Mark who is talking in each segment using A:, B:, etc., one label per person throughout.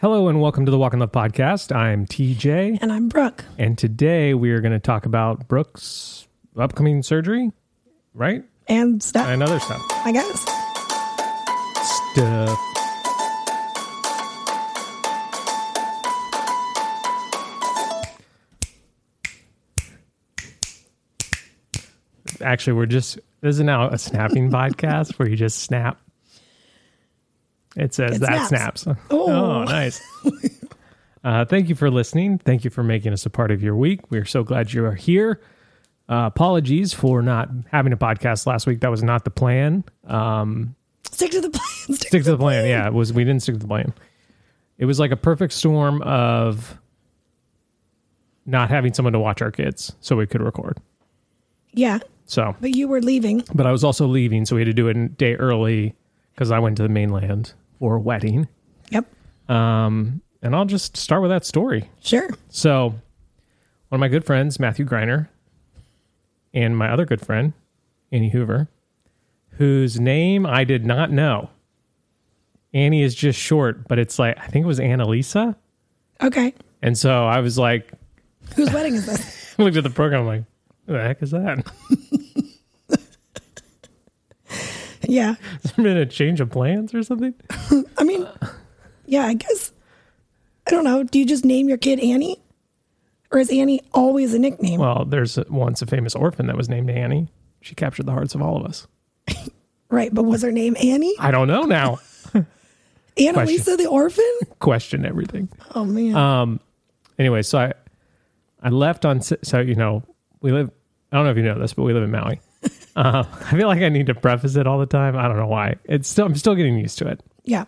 A: Hello and welcome to the Walk in Love podcast. I'm TJ,
B: And I'm Brooke.
A: and today we are going to talk about Brooke's upcoming surgery, right?
B: And stuff,
A: And other stuff.
B: I guess.
A: Stuff. Actually, we're just this is now a snapping podcast where you just snap. It says
B: It
A: that
B: snaps.
A: snaps.
B: Oh.
A: oh nice. Uh, thank you for listening. Thank you for making us a part of your week. We're so glad you are here. Uh, apologies for not having a podcast last week. That was not the plan.
B: Stick to the plan. Stick.
A: Stick to the plan. Yeah, it was we didn't stick to the plan. It was like a perfect storm of not having someone to watch our kids so we could record.
B: Yeah.
A: So,
B: But you were leaving.
A: but I was also leaving, so we had to do it a day early because I went to the mainland for a wedding.
B: Yep.
A: Um, and I'll just start with that story.
B: Sure.
A: So, one of my good friends, Matthew Greiner, and my other good friend, Annie Hoover, whose name I did not know. Annie is just short, but it's like, I think it was Annalisa.
B: Okay.
A: And so I was like,
B: Whose wedding is this?
A: looked at the program, I'm like, what the heck is that?
B: yeah.
A: Has there been a change of plans or something?
B: I mean, yeah, I guess. I don't know. Do you just name your kid Annie? Or is Annie always a nickname?
A: Well, there's once a famous orphan that was named Annie. She captured the hearts of all of us.
B: right. But was her name Annie?
A: I don't know now.
B: Annalisa the orphan?
A: Question everything.
B: Oh, man.
A: Uh, anyway, so I I left on si- so you know we live. I don't know if you know this, but we live in Maui. uh, I feel like I need to preface it all the time. I don't know why. It's still I'm still getting used to it.
B: yeah.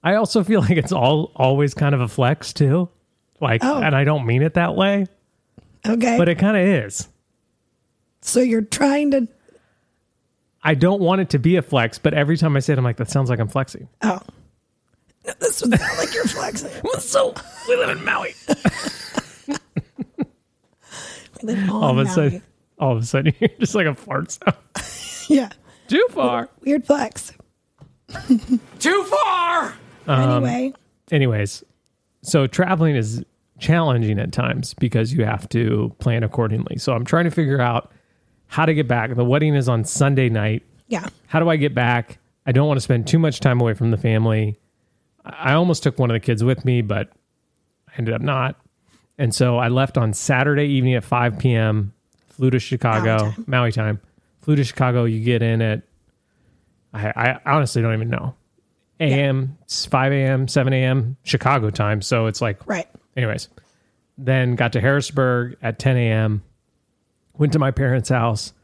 A: I also feel like it's all always kind of a flex too, like,
B: Oh.
A: and I don't mean it that way,
B: Okay.
A: but it kind of is.
B: so you're trying to.
A: I don't want it to be a flex, but every time I say it, I'm like, that sounds like I'm flexing.
B: Oh. No, this was not like you're flexing.
A: So we live in Maui. All of a sudden, all of a sudden, you're just like a fart sound.
B: Yeah.
A: Too far.
B: Weird flex.
A: Too far.
B: anyway.
A: anyways, so traveling is challenging at times because you have to plan accordingly. So I'm trying to figure out how to get back. The wedding is on Sunday night.
B: Yeah.
A: How do I get back? I don't want to spend too much time away from the family. I I almost took one of the kids with me, but I ended up not. And so I left on Saturday evening at 5 p.m., flew to Chicago,
B: Maui
A: Maui
B: time.
A: time. Flew to Chicago. You get in at, I, I honestly don't even know, a.m., 5 a.m., 7 a.m., Chicago time. So it's like
B: Right.
A: Anyways, then got to Harrisburg at 10 a.m. Went to my parents' house.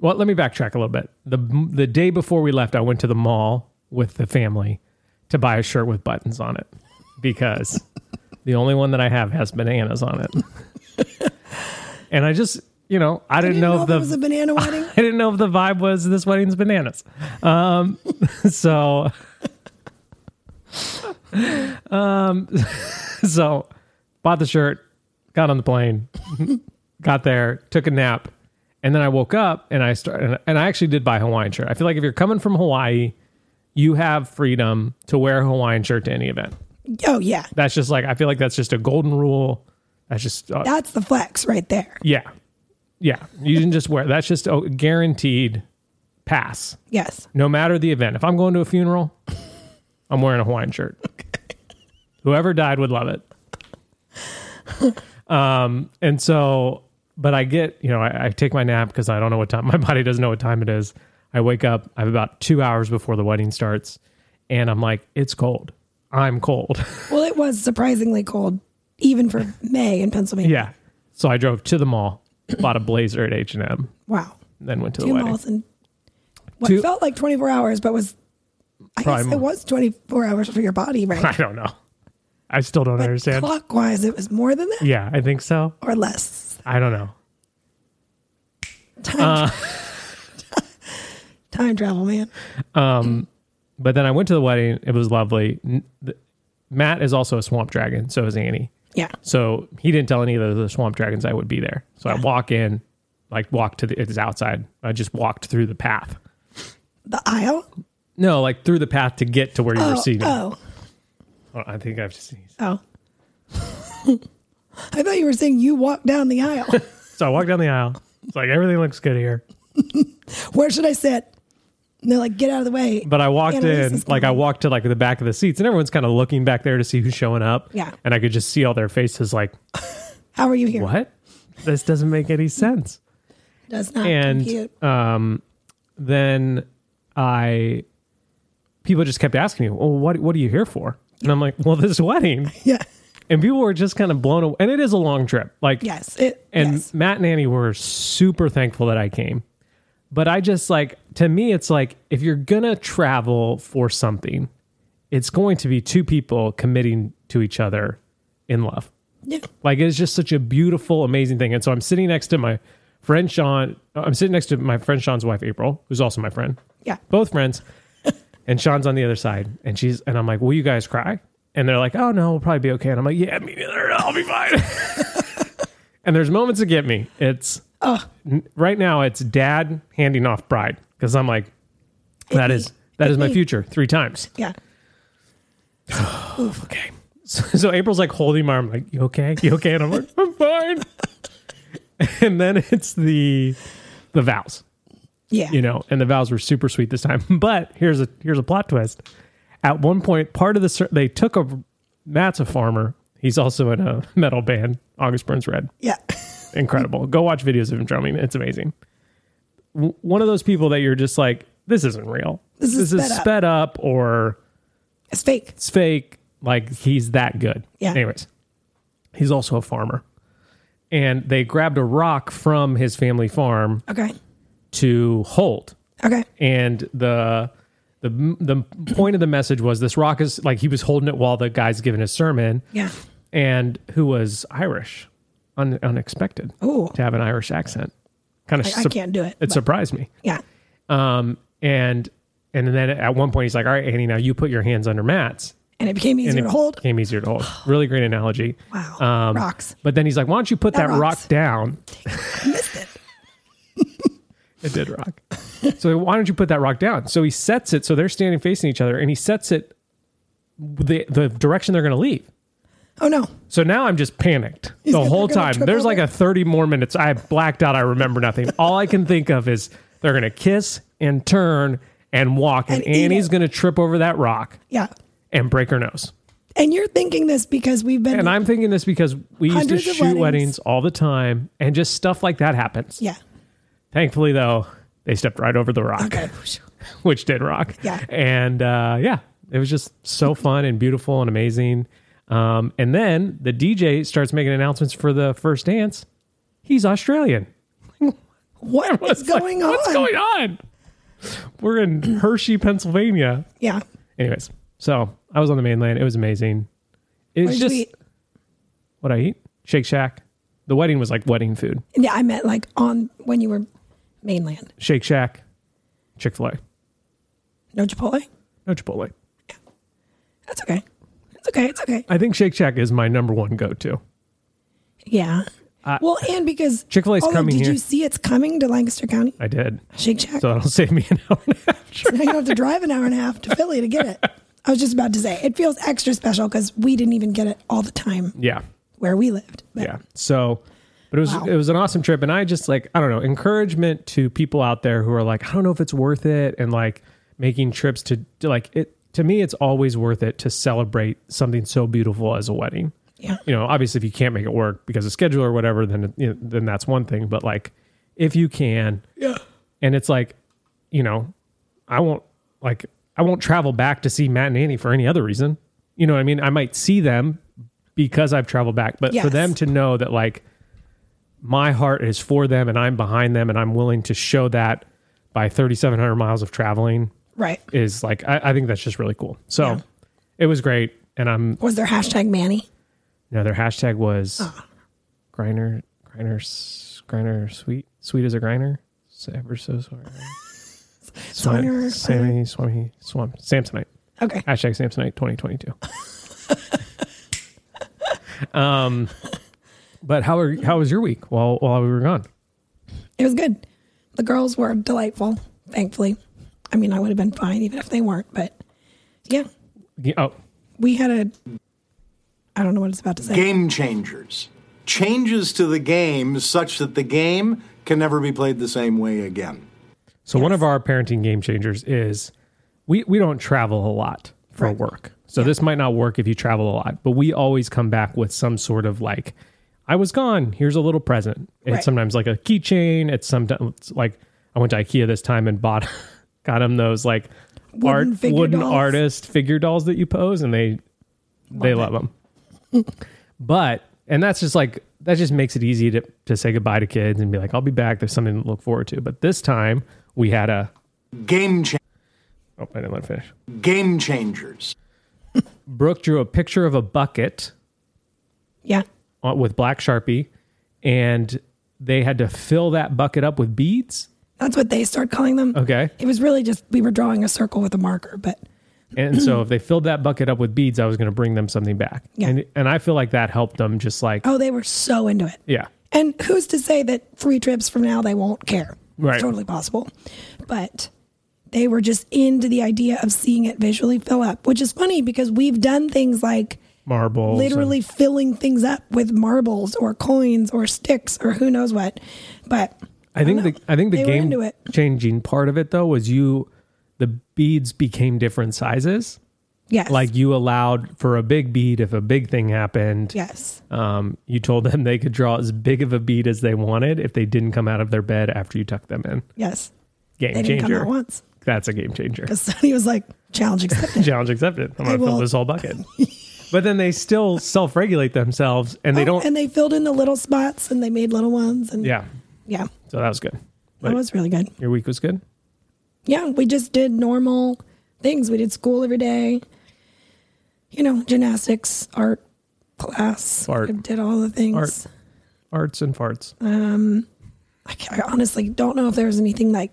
A: Well, let me backtrack a little bit. the The day before we left, I went to the mall with the family to buy a shirt with buttons on it because the only one that I have has bananas on it. and I just, you know, I didn't,
B: Didn't
A: know, if
B: know if
A: the
B: it was a banana wedding.
A: I didn't know if the vibe was this wedding's bananas. Um, so, um, so bought the shirt, got on the plane, got there, took a nap, and then I woke up and I started and I actually did buy a Hawaiian shirt. I feel like if you're coming from Hawaii, you have freedom to wear a Hawaiian shirt to any event.
B: Oh yeah,
A: That's just like I feel like that's just a golden rule. That's just uh,
B: that's the flex right there.
A: yeah. Yeah. You didn't just wear that's just a guaranteed pass,
B: Yes,
A: no matter the event. If I'm going to a funeral, I'm wearing a Hawaiian shirt. Whoever died would love it. Um, and so, but I get, you know, I, I take my nap because I don't know what time my body doesn't know what time it is. I wake up, I have about two hours before the wedding starts, and I'm like, it's cold. I'm cold.
B: well, it was surprisingly cold even for May in Pennsylvania.
A: yeah. So I drove to the mall, bought a blazer at H and M,
B: Wow,
A: then went to the
B: two
A: wedding.
B: malls in what
A: Two-
B: felt like 24 hours, but was I
A: Probably
B: guess
A: more.
B: it was 24 hours for your body,
A: I
B: right?
A: don't know. I still don't understand.
B: Clockwise, it was more than that
A: yeah, I think so.
B: or less.
A: I don't know.
B: Time, time travel, man.
A: But then I went to the wedding. It was lovely. N- th- Matt is also a swamp dragon, so is Annie.
B: Yeah,
A: So he didn't tell any of the swamp dragons I would be there. So I walk in, like walk to the it's outside. I just walked through the path.
B: the aisle.
A: No, like through the path to get to where you were
B: Oh,
A: seated.
B: oh,
A: Oh, I think I've sneezed.
B: Oh. I thought you were saying you walked down the aisle.
A: So I walk down the aisle. It's like everything looks good here.
B: Where should I sit? And they're like, get out of the way.
A: But I walked
B: Annalise
A: in,
B: is
A: like I walked to like the back of the seats, and everyone's kind of looking back there to see who's showing up.
B: Yeah.
A: And I could just see all their faces, like,
B: How are you here?
A: what? This doesn't make any sense.
B: Does not
A: and
B: compute.
A: um, then I, people just kept asking me, "Well, what what are you here for?" And I'm like, "Well, this wedding."
B: Yeah.
A: And people were just kind of blown away. And it is a long trip. Like,
B: Yes. It,
A: and
B: yes.
A: Matt and Annie were super thankful that I came. But I just like to me, it's like if you're gonna travel for something, it's going to be two people committing to each other in love.
B: Yeah.
A: Like it's just such a beautiful, amazing thing. And so I'm sitting next to my friend Sean. uh, I'm sitting next to my friend Sean's wife April, who's also my friend.
B: Yeah.
A: both friends. and Sean's on the other side, and she's and I'm like, "Will you guys cry?" And they're like, "Oh no, we'll probably be okay." And I'm like, "Yeah, me neither. I'll be fine." and there's moments that get me. It's n- right now. It's dad handing off bride because I'm like, that
B: me.
A: is that is my
B: me.
A: future three times.
B: Yeah.
A: okay. So, so April's like holding my arm, like, you okay? You okay? And I'm like, I'm fine. and then it's the the vows,
B: Yeah.
A: you know, and the vows were super sweet this time. But here's a here's a plot twist. At one point, part of the cer- they took a Matt's a farmer. He's also in a metal band, August Burns Red
B: Yeah.
A: incredible. Go watch videos of him drumming. It's amazing. W- one of those people that you're just like, this isn't real.
B: This is sped up."
A: sped up or
B: It's fake.
A: it's fake. Like he's that good.
B: Yeah.
A: Anyways, he's also a farmer. And they grabbed a rock from his family farm
B: Okay.
A: to hold
B: Okay.
A: and the the the point of the message was this rock is like he was holding it while the guy's giving his sermon.
B: Yeah.
A: and who was Irish, un, unexpected
B: Ooh.
A: to have an Irish accent. Kind of,
B: I, I can't do it.
A: It surprised me.
B: Yeah.
A: Um, and and then at one point he's like, "All right, Annie, now you put your hands under Matt's."
B: And it became easier
A: And
B: to hold.
A: became easier to hold. Really great analogy.
B: Wow.
A: Um,
B: Rocks.
A: But then he's like, "Why don't you put that,
B: That rocks.
A: rock down?"
B: I missed it.
A: It did rock. so why don't you put that rock down? So he sets it. So they're standing facing each other, and he sets it the the direction they're going to leave.
B: Oh no.
A: So now I'm just panicked the
B: gonna-
A: whole
B: they're gonna
A: time.
B: trip
A: There's like
B: over.
A: a 30 more minutes. I blacked out. I remember nothing. All I can think of is they're going to kiss and turn and walk, and,
B: And eat
A: Annie's
B: it.
A: going to trip over that rock
B: Yeah.
A: and break her nose.
B: And you're thinking this because we've been
A: And I'm thinking this because we used to
B: Hundreds of
A: shoot weddings.
B: weddings.
A: all the time, and just stuff like that happens.
B: Yeah.
A: Thankfully, though, they stepped right over the rock.
B: Okay.
A: which did rock.
B: Yeah.
A: And uh, yeah, it was just so fun and beautiful and amazing. Um, and then the DJ starts making announcements for the first dance. He's Australian.
B: What
A: It's
B: is going
A: like,
B: on?
A: What's going on? We're in Hershey, Pennsylvania.
B: Yeah.
A: Anyways, so I was on the mainland. It was amazing.
B: Where'd
A: It's
B: you
A: just
B: eat?
A: what I eat. Shake Shack. The wedding was like wedding food.
B: Yeah, I meant like on when you were mainland.
A: Shake Shack, Chick Fil A,
B: No Chipotle?
A: no Chipotle.
B: That's okay. It's okay. It's okay.
A: I think Shake Shack is my number one go to.
B: Yeah. well, and because
A: Uh, Chick-fil-A's
B: although,
A: coming
B: Did
A: here.
B: you see it's coming to Lancaster County?
A: I did.
B: Shake Shack.
A: So it'll save me an hour and a half.
B: now you don't have to drive an hour and a half to Philly to get it. I was just about to say it feels extra special because we didn't even get it all the time
A: Yeah.
B: where we lived. But
A: Yeah. So, but it was
B: Wow.
A: it was an awesome trip, and I just like I don't know encouragement to people out there who are like I don't know if it's worth it, and like making trips to, to like it. To me, it's always worth it to celebrate something so beautiful as a wedding.
B: yeah,
A: You know, obviously, if you can't make it work because of schedule or whatever, then you know, then that's one thing. But like, if you can,
B: yeah,
A: and it's like, you know, I won't like I won't travel back to see Matt and Annie for any other reason. You know what I mean? I might see them because I've traveled back, but for
B: Yes.
A: them to know that like my heart is for them and I'm behind them and I'm willing to show that by 3,700 miles of traveling
B: right.
A: is like I, I think that's just really cool. So
B: Yeah.
A: it was great, and I'm
B: Was there hashtag Manny?
A: you know, their hashtag was grinder grinder s- grinder sweet sweet as a grinder S- ever so sorry.
B: Swiner,
A: Sammy, Swami, Swamp, Samsonite.
B: Okay,
A: Hashtag Samsonite 2022. um, but how are how was your week while while we were gone?
B: it was good. The girls were delightful. Thankfully, I mean, I would have been fine even if they weren't. But yeah,
A: Yeah, Oh,
B: we had a I don't know what it's about to say.
C: Game changers. Changes to the game such that the game can never be played the same way again.
A: So one of our parenting game changers is we we don't travel a lot for work. So this might not work if you travel a lot, but we always come back with some sort of like I was gone, here's a little present. It's
B: Right.
A: sometimes like a keychain, it's sometimes like I went to IKEA this time and bought got him those like
B: Wooden
A: art
B: figure
A: wooden
B: dolls.
A: artist figure dolls that you pose and they they love them. but and that's just like that just makes it easy to to say goodbye to kids and be like I'll be back. There's something to look forward to. But this time we had a
C: Game cha-
A: oh I didn't let it finish.
C: game changers.
A: Brooke drew a picture of a bucket
B: Yeah.
A: on- with black sharpie, and they had to fill that bucket up with beads.
B: That's what they start calling them.
A: Okay,
B: It was really just we were drawing a circle with a marker, but
A: and so if they filled that bucket up with beads, I was going to bring them something back.
B: Yeah.
A: and and I feel like that helped them. Just like
B: oh, they were so into it.
A: yeah,
B: And who's to say that three trips from now they won't care?
A: Right.
B: It's totally possible. But they were just into the idea of seeing it visually fill up, which is funny because we've done things like
A: marble
B: literally filling things up with marbles or coins or sticks or who knows what. But
A: I think
B: don't
A: the I think the
B: They were
A: game
B: into it.
A: changing part of it though was you the beads became different sizes.
B: yes.
A: Like you allowed for a big bead if a big thing happened.
B: yes.
A: Um, you told them they could draw as big of a bead as they wanted if they didn't come out of their bed after you tucked them in.
B: Yes.
A: Game
B: They didn't
A: changer.
B: come out once.
A: That's a game changer.
B: Because he was like, challenge accepted.
A: Challenge accepted. I'm
B: I
A: gonna fill
B: will-
A: this whole bucket. but then they still self regulate themselves and they
B: Oh,
A: don't
B: and they filled in the little spots and they made little ones and yeah,
A: Yeah. So that was good.
B: that was really good
A: Your week was good?
B: yeah we just did normal things we did school every day you know gymnastics art class
A: Art.
B: We did all the things
A: Art. Arts and farts.
B: Uh, I, ca- I honestly don't know if there was anything like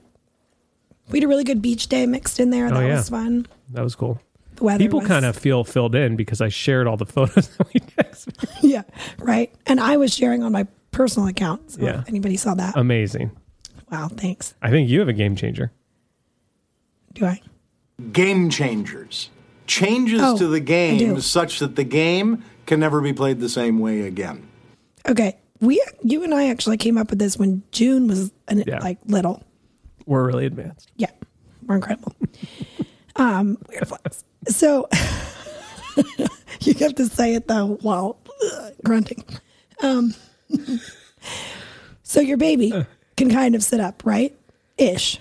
B: we had a really good beach day mixed in there that
A: Oh, yeah.
B: was fun
A: That was cool.
B: the weather
A: People
B: was-
A: kind of feel filled in because I shared all the photos that we texted.
B: yeah right and i was sharing on my personal account so
A: Yeah. Oh.
B: if anybody saw that
A: Amazing.
B: wow thanks
A: I think you have a game changer.
B: do i
C: Game changers. Changes
B: Oh,
C: to the
B: I do.
C: game such that the game can never be played the same way again.
B: okay we you and i actually came up with this when june was an,
A: Yeah.
B: like little
A: We're really advanced.
B: Yeah, we're incredible. um, weird flex. So you have to say it though while ugh, grunting. Um, so your baby
A: Uh.
B: can kind of sit up, right? Ish.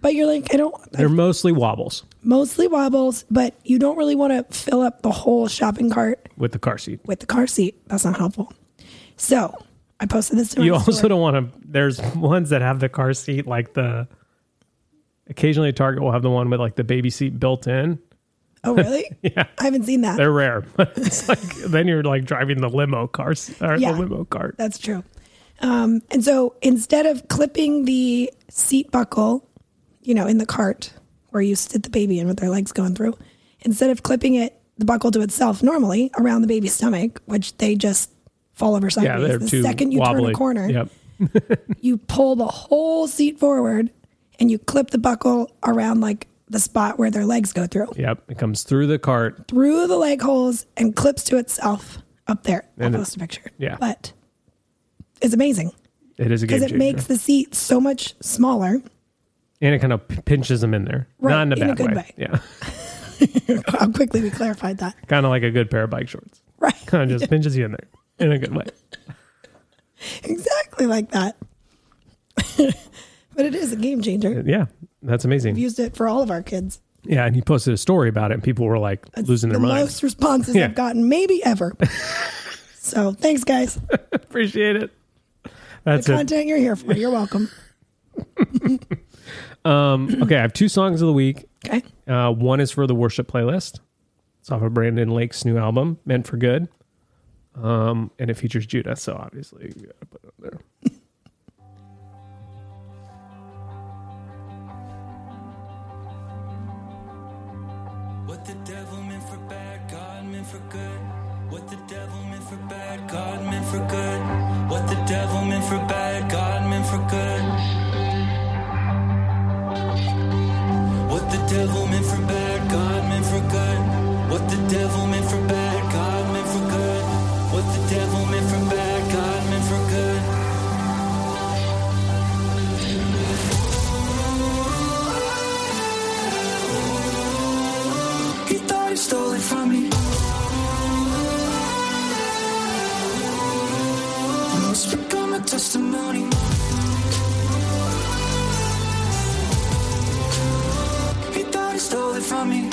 B: But you're like, I don't.
A: They're mostly wobbles
B: Mostly wobbles, but you don't really want to fill up the whole shopping cart
A: with the car seat.
B: with the car seat. That's not helpful. So I posted this to my
A: You also
B: story.
A: don't want to. There's ones that have the car seat, like the. Occasionally, Target will have the one with like the baby seat built in.
B: Oh, really? yeah. I haven't seen that.
A: They're rare, but it's like then you're like driving the limo car se- or
B: Yeah.
A: the limo cart.
B: That's true. Um, and so instead of clipping the seat buckle, you know, in the cart where you sit the baby in with their legs going through, instead of clipping it, the buckle to itself normally around the baby's stomach, which they just fall over
A: Yeah,
B: sideways.
A: they're
B: the
A: too
B: second you
A: wobbly.
B: turn a corner,
A: Yep.
B: you pull the whole seat forward and you clip the buckle around like the spot where their legs go through,
A: Yep. It comes through the cart.
B: through the leg holes and clips to itself up there. I'll
A: And it-
B: post a picture.
A: yeah.
B: But it's amazing
A: It is a game
B: because
A: changer.
B: it makes the seat so much smaller.
A: and it kind of p- pinches them in there.
B: Right,
A: Not in a
B: in a
A: bad
B: good
A: way.
B: way.
A: Yeah.
B: How quickly we clarified that,
A: kind of like a good pair of bike shorts.
B: right?
A: Kind of just pinches you in there in a good way.
B: exactly like that. but it is a game changer.
A: Yeah, that's amazing.
B: We've used it for all of our kids.
A: Yeah, and he posted a story about it, and people were like losing their
B: the
A: minds.
B: most responses
A: Yeah.
B: I've gotten, maybe ever. so thanks, guys.
A: Appreciate it.
B: The
A: That's it.
B: content you're here for. You're welcome.
A: Okay, I have two songs of the week.
B: Okay.
A: Uh, one is for the worship playlist. It's off of Brandon Lake's new album, Meant for Good, um, and it features Judah. So obviously, you gotta put it on there.
D: What the devil meant for bad, God meant for good. What the devil meant for bad, God meant for good. What the devil meant for bad, God meant for good. What the devil meant for bad, God meant for good. What the the devil meant for bad, God meant for good. What the devil meant for bad, God meant for good. He thought he stole it from me. Must become a testimony. He thought he stole it from me.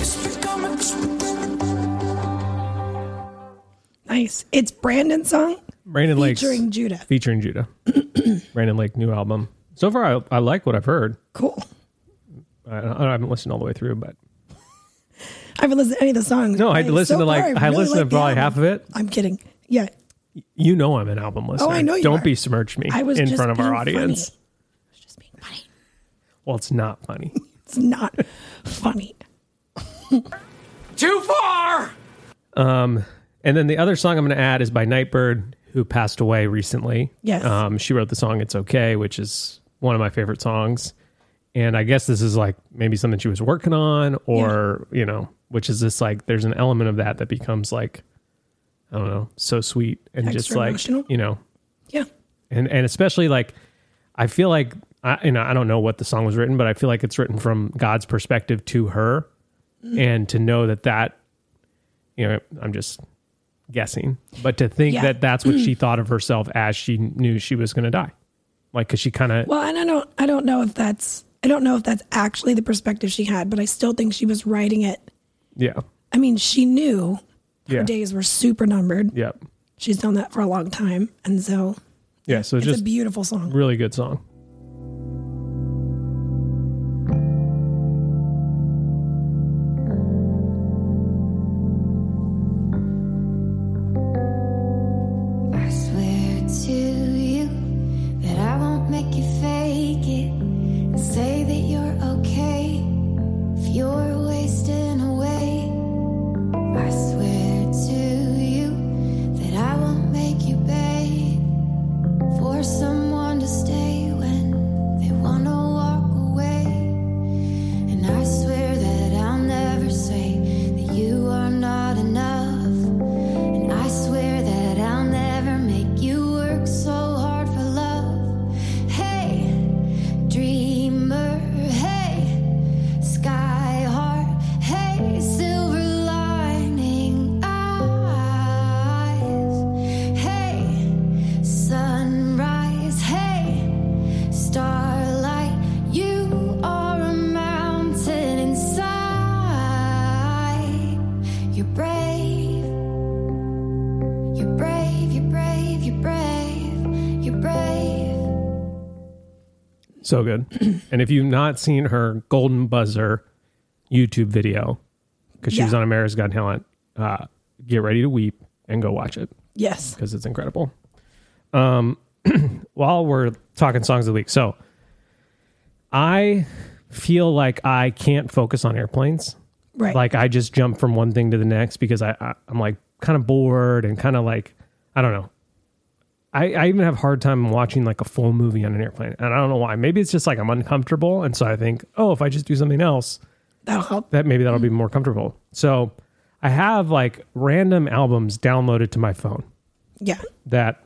D: It's become a
B: Nice. It's Brandon's song
A: Brandon Lake
B: featuring Judah.
A: featuring Judah. Brandon Lake new album. So far, I, I like what I've heard.
B: Cool.
A: I, I haven't listened all the way through, but
B: I haven't listened to any of the songs.
A: no, I
B: Like,
A: listened to
B: so
A: like
B: far,
A: I
B: really
A: listened
B: like
A: to
B: the
A: probably half
B: album.
A: of it.
B: I'm kidding. Yeah.
A: You know, I'm an album listener.
B: Oh, know you
A: Don't
B: are.
A: besmirch me
B: I was
A: in
B: just
A: front of our
B: being
A: audience.
B: funny. I was just being funny.
A: Well, it's not funny.
B: It's not funny.
E: Too far!
A: And then the other song I'm going to add is by Nightbird, who passed away recently.
B: Yes.
A: Um, she wrote the song It's Okay, which is one of my favorite songs. And I guess this is like maybe something she was working on, or, you know, which is just like there's an element of that that becomes like, I don't know, so sweet and just
B: Extra
A: like,
B: emotional?
A: you know,
B: Yeah.
A: and and especially like I feel like I you know I don't know what the song was written, but I feel like it's written from God's perspective to her,
B: Mm-hmm.
A: and to know that that you know I'm just guessing, but to think
B: Yeah.
A: that that's what she thought of herself as she knew she was going to die, like because she kind of
B: Well, and I don't I don't know if that's I don't know if that's actually the perspective she had, but I still think she was writing it.
A: yeah
B: I mean, she knew her
A: yeah
B: days were super numbered.
A: yeah
B: She's done that for a long time, and so
A: yeah so
B: it's
A: just
B: a beautiful song.
A: really good song.
F: I swear to you that I won't make you fake it and say that you're okay if you're wasting away. I swear to you that I won't make you pay for someone to stay when they want to walk away. And I swear that I'll never say that you are not enough. And I swear that I'll never make you work so hard for love. Hey, dreamer, hey, sky heart, hey, silver lining eyes. Hey, sunrise, hey, starlight. You are a mountain inside. You're brave. You're brave. You're brave. You're brave. You're brave.
A: So good. and if you've not seen her Golden Buzzer YouTube video, because she was
B: Yeah.
A: on America's Got Talent, uh, get ready to weep and go watch it
B: Yes.
A: because it's incredible. Um, while we're talking songs of the week, so I feel like I can't focus on airplanes.
B: Right.
A: Like I just jump from one thing to the next because I, I I'm like kind of bored and kind of like I don't know. I, I even have a hard time watching like a full movie on an airplane, and I don't know why. Maybe it's just like I'm uncomfortable, and so I think, oh, if I just do something else,
B: that'll help.
A: that maybe that'll be more comfortable. So I have like random albums downloaded to my phone
B: Yeah.
A: that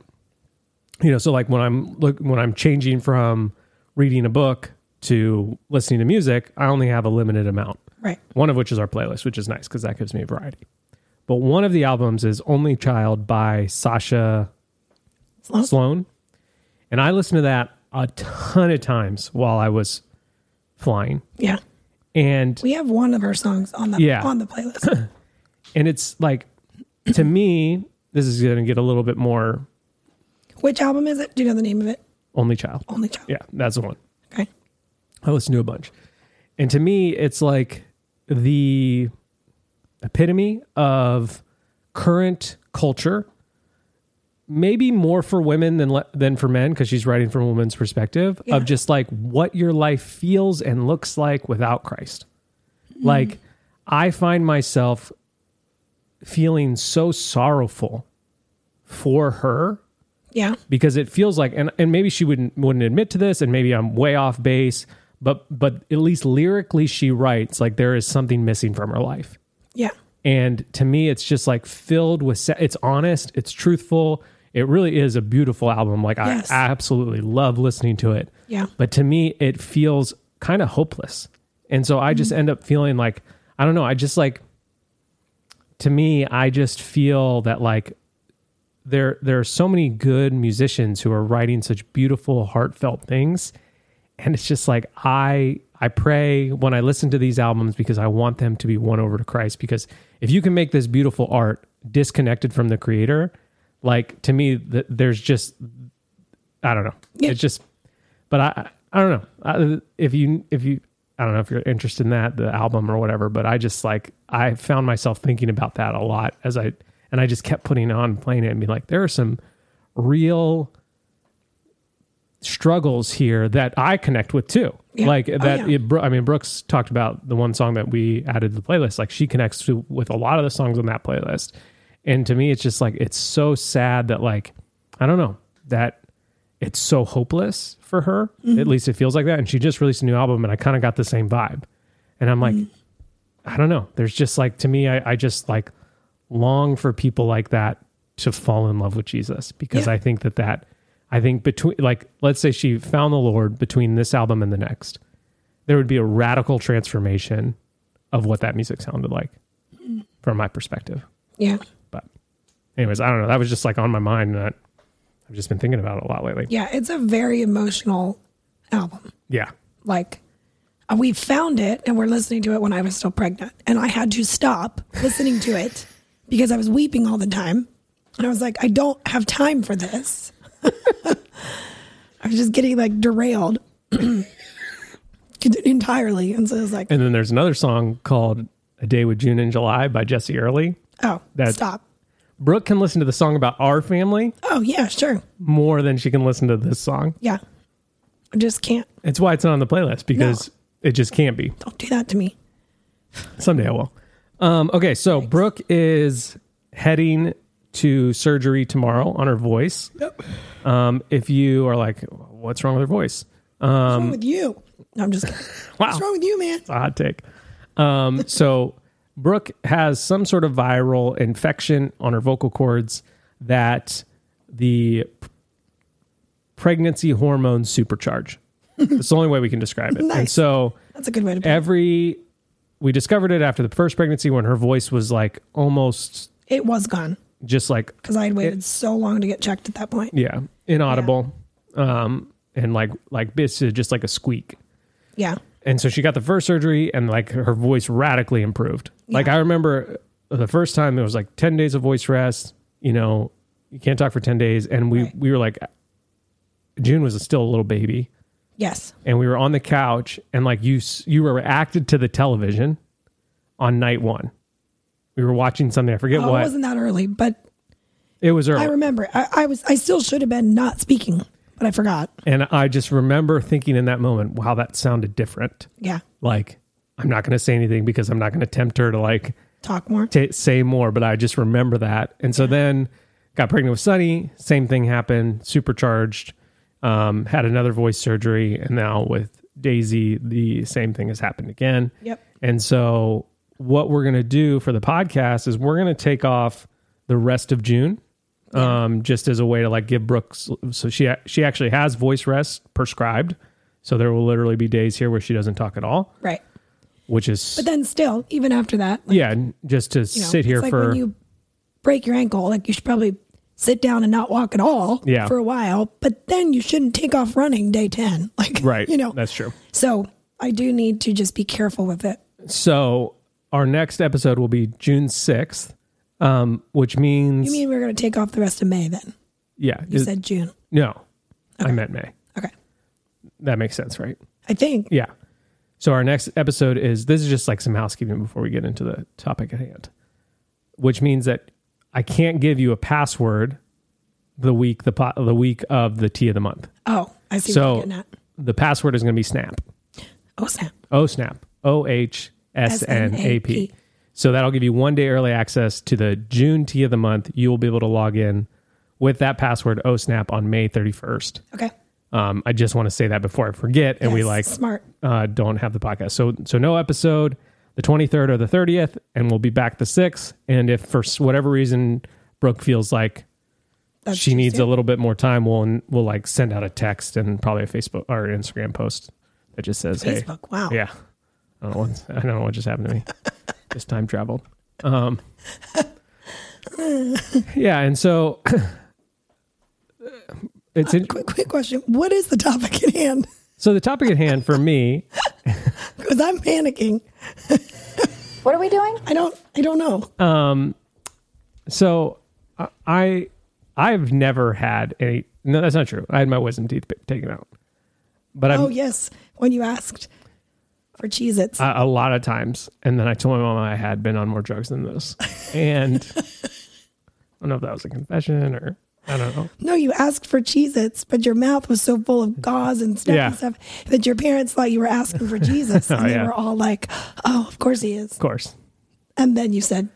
A: you know so like when i'm look when i'm changing from reading a book to listening to music i only have a limited amount
B: Right.
A: one of which is our playlist which is nice because that gives me variety but one of the albums is only child by sasha
B: Sloan?
A: sloan and i listened to that a ton of times while i was flying
B: Yeah.
A: and
B: We have one of her songs on the
A: Yeah.
B: on the playlist.
A: and it's like to me this is going to get a little bit more
B: Which album is it? Do you know the name of it?
A: only child
B: Only Child.
A: yeah that's the one
B: Okay.
A: I listen to a bunch. And to me, it's like the epitome of current culture. Maybe more for women than le- than for men because she's writing from a woman's perspective
B: Yeah.
A: of just like what your life feels and looks like without Christ. Like I find myself feeling so sorrowful for her
B: Yeah.
A: because it feels like and, and maybe she wouldn't wouldn't admit to this and maybe I'm way off base but but at least lyrically she writes like there is something missing from her life
B: Yeah.
A: and to me it's just like filled with sa- it's honest it's truthful it really is a beautiful album like
B: Yes.
A: i absolutely love listening to it
B: Yeah.
A: but to me it feels kind of hopeless and so i just end up feeling like i don't know i just like to me i just feel that like there there are so many good musicians who are writing such beautiful heartfelt things and it's just like i i pray when i listen to these albums because i want them to be won over to christ because if you can make this beautiful art disconnected from the creator like to me th- there's just i don't know
B: Yeah.
A: it's just but i i don't know I, if you if you i don't know if you're interested in that the album or whatever but i just like i found myself thinking about that a lot as i and i just kept putting it on playing it and being like there are some real struggles here that I connect with too.
B: Yeah.
A: Like
B: Oh,
A: that,
B: yeah.
A: it, Bro- I mean, Brooks talked about the one song that we added to the playlist. Like she connects to, with a lot of the songs on that playlist. And to me, it's just like, it's so sad that, like, I don't know, that it's so hopeless for her.
B: Mm-hmm.
A: At least it feels like that. And she just released a new album and I kind of got the same vibe. And I'm like,
B: Mm-hmm.
A: I don't know. There's just like, to me, I, I just like long for people like that to fall in love with Jesus because
B: Yeah.
A: I think that that I think between like let's say she found the Lord between this album and the next, there would be a radical transformation of what that music sounded like from my perspective.
B: Yeah.
A: But anyways, I don't know. That was just like on my mind. And I, I've just been thinking about it a lot lately.
B: Yeah. It's a very emotional album.
A: Yeah.
B: Like, uh, we found it and we're listening to it when I was still pregnant. And I had to stop listening to it because I was weeping all the time. And I was like, I don't have time for this. I was just getting like derailed entirely. And so I was like,
A: And then there's another song called "A Day with June and July" by Jesse Early.
B: oh,
A: That-
B: stop.
A: Brooke can listen to the song about our family
B: Oh, yeah, sure.
A: more than she can listen to this song.
B: Yeah. I just can't.
A: It's why it's not on the playlist because it just can't be.
B: Don't do that to me.
A: Someday I will. Um, okay, so Brooke is heading to surgery tomorrow on her voice. Yep. Um, if you are like, what's wrong with her voice?
B: What's wrong with you? No, I'm just kidding. What's wrong with you, man?
A: It's a hot take. Um, so Brooke has some sort of viral infection on her vocal cords that the p- pregnancy hormones supercharge. It's the only way we can describe it. And
B: Nice.
A: so
B: That's a good way to put it.
A: every we discovered it after the first pregnancy when her voice was like almost
B: It was gone
A: just like
B: because I had waited so long to get checked at that point.
A: yeah inaudible um and like like this is just like a squeak
B: Yeah.
A: and so she got the first surgery and like her voice radically improved like i remember the first time it was like 10 days of voice rest you know you can't talk for 10 days and we
B: Right.
A: we were like june was still a little baby
B: Yes.
A: and we were on the couch and like you s- you were acted to the television on night one we were watching something i forget
B: Oh, it
A: what
B: wasn't that early, but
A: it was early
B: I remember. it. I, I was. I still should have been not speaking, but I forgot.
A: and i just remember thinking in that moment wow that sounded different
B: Yeah.
A: like i'm not going to say anything because i'm not going to tempt her to like
B: Talk more.
A: t- say more but i just remember that and so then got pregnant with sunny same thing happened supercharged um, had another voice surgery and now with daisy the same thing has happened again
B: Yep.
A: And so, what we're going to do for the podcast is we're going to take off the rest of June, um, just as a way to like give Brooks. So she she actually has voice rest prescribed, so there will literally be days here where she doesn't talk at all,
B: Right.
A: which is
B: But then still, even after that, like,
A: yeah, just to
B: you know,
A: sit here
B: it's like
A: for
B: when you break your ankle, like you should probably sit down and not walk at all
A: Yeah.
B: for a while. But then you shouldn't take off running day ten. Like
A: right.
B: You know.
A: that's true.
B: so I do need to just be careful with it.
A: So our next episode will be June sixth, um, which means
B: You mean we're going to take off the rest of May then?
A: yeah,
B: You
A: it-
B: said June.
A: no, I meant May.
B: Okay.
A: That makes sense, right?
B: I think.
A: Yeah. So our next episode is this is just like some housekeeping before we get into the topic at hand, which means that I can't give you a password the week the po- the week of the tea of the month.
B: Oh, I see
A: So-
B: what you're getting at.
A: The password is going to be snap.
B: Oh, snap.
A: Oh snap. O H S N A P.
B: S-N-A-P.
A: So that'll give you one day early access to the June tea of the month. You will be able to log in with that password O snap on May thirty first.
B: Okay.
A: Um, I just want to say that before I forget, and we
B: Yes,
A: like
B: smart.
A: uh, don't have the podcast. So so no episode the 23rd or the 30th, and we'll be back the 6th. And if for s- whatever reason Brooke feels like
B: That's
A: she needs
B: Tuesday.
A: a little bit more time, we'll we'll like send out a text and probably a Facebook or Instagram post that just says, "Hey,
B: Facebook. Wow.
A: yeah, I don't know what I don't know what just happened to me. just time traveled. Um, yeah, and so uh, it's in,
B: Quick, quick question. What is the topic at hand?
A: so the topic at hand for me
B: Because I'm panicking.
G: What are we doing?
B: I don't. I don't know.
A: Um, So I- I I've never had any. No, that's not true. I had my wisdom teeth p- taken out, but I've
B: oh yes, when you asked for Cheez-Its.
A: a, a lot of times. And then I told my mom I had been on more drugs than this, and I don't know if that was a confession or I don't know.
B: no, you asked for Cheez-Its, but your mouth was so full of gauze and stuff
A: Yeah.
B: and stuff that your parents thought you were asking for Jesus, and they
A: yeah.
B: were all like, "Oh, of course he is."
A: Of course,
B: And then you said,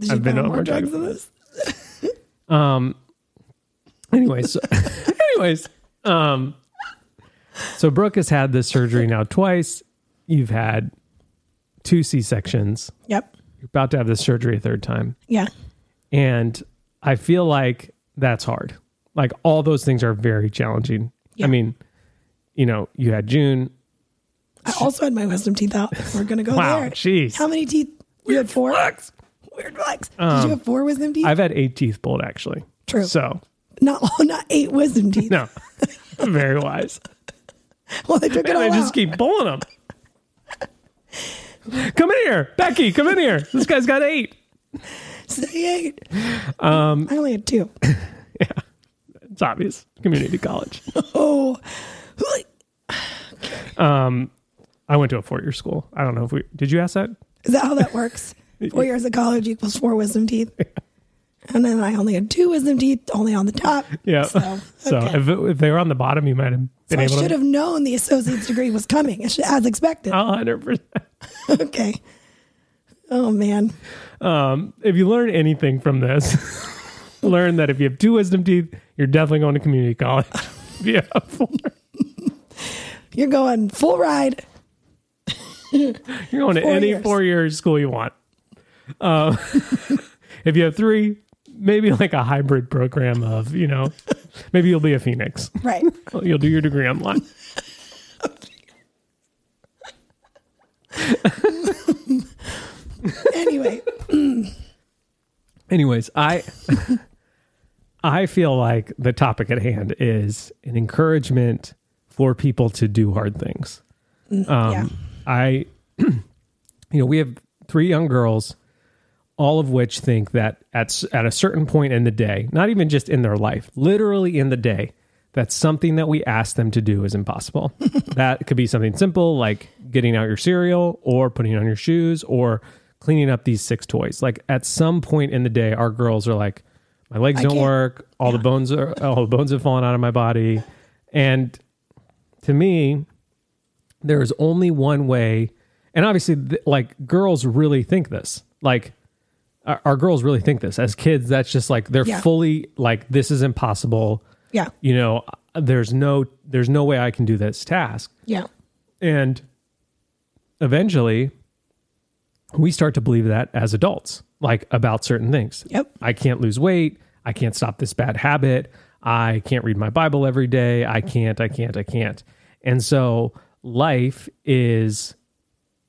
B: Did you
A: I've been
B: buy
A: on
B: more
A: more drugs
B: drugs than
A: than
B: this?
A: anyways so- anyways um so brooke has had this surgery now twice you've had two c-sections
B: Yep.
A: you're about to have this surgery a third time
B: Yeah.
A: and i feel like that's hard like all those things are very challenging i mean you know you had june
B: I also had my wisdom teeth out. We're gonna go
A: Wow,
B: there.
A: jeez.
B: How many teeth? you had four. Weird flex. Did you have four wisdom teeth?
A: Um, i've had eight teeth pulled actually
B: True.
A: so
B: not oh, not eight wisdom teeth.
A: no very wise
B: Well, they took it all
A: i just
B: out.
A: keep pulling them come in here becky come in here this guy's got eight
B: Say eight. Um, I only had two.
A: it's obvious community college
B: Oh,
A: I went to a four year school. I don't know if we did you ask that?
B: is that how that works? Four years of college equals four wisdom teeth. And then I only had two wisdom teeth, only on the top.
A: Yeah.
B: So,
A: So,
B: okay.
A: if, if they were on the bottom, you might have
B: So
A: been
B: I
A: able
B: should
A: to.
B: have known the associate's degree was coming as as expected.
A: 100%.
B: Okay. Oh man.
A: If you learn anything from this, learn that if you have two wisdom teeth, you're definitely going to community college. If you have four,
B: You're going full ride.
A: you're going to
B: Four
A: any
B: years.
A: four year school you want. Uh, if you have three, maybe like a hybrid program of, you know, maybe you'll be a Phoenix.
B: Right.
A: You'll do your degree online.
B: anyway,
A: anyways i i feel like the topic at hand is an encouragement for people to do hard things um
B: yeah.
A: i you know we have three young girls all of which think that at s- at a certain point in the day not even just in their life literally in the day that something that we ask them to do is impossible that could be something simple like getting out your cereal or putting on your shoes or cleaning up these six toys like at some point in the day our girls are like my legs don't
B: can't-
A: work all the bones are all the bones have fallen out of my body and to me there is only one way and obviously th- like girls really think this like our, our girls really think this as kids that's just like they're
B: Yeah.
A: fully like this is impossible
B: yeah,
A: you know there's no there's no way i can do this task
B: yeah,
A: and eventually we start to believe that as adults like about certain things
B: Yep.
A: i can't lose weight i can't stop this bad habit i can't read my bible every day i can't i can't i can't and so life is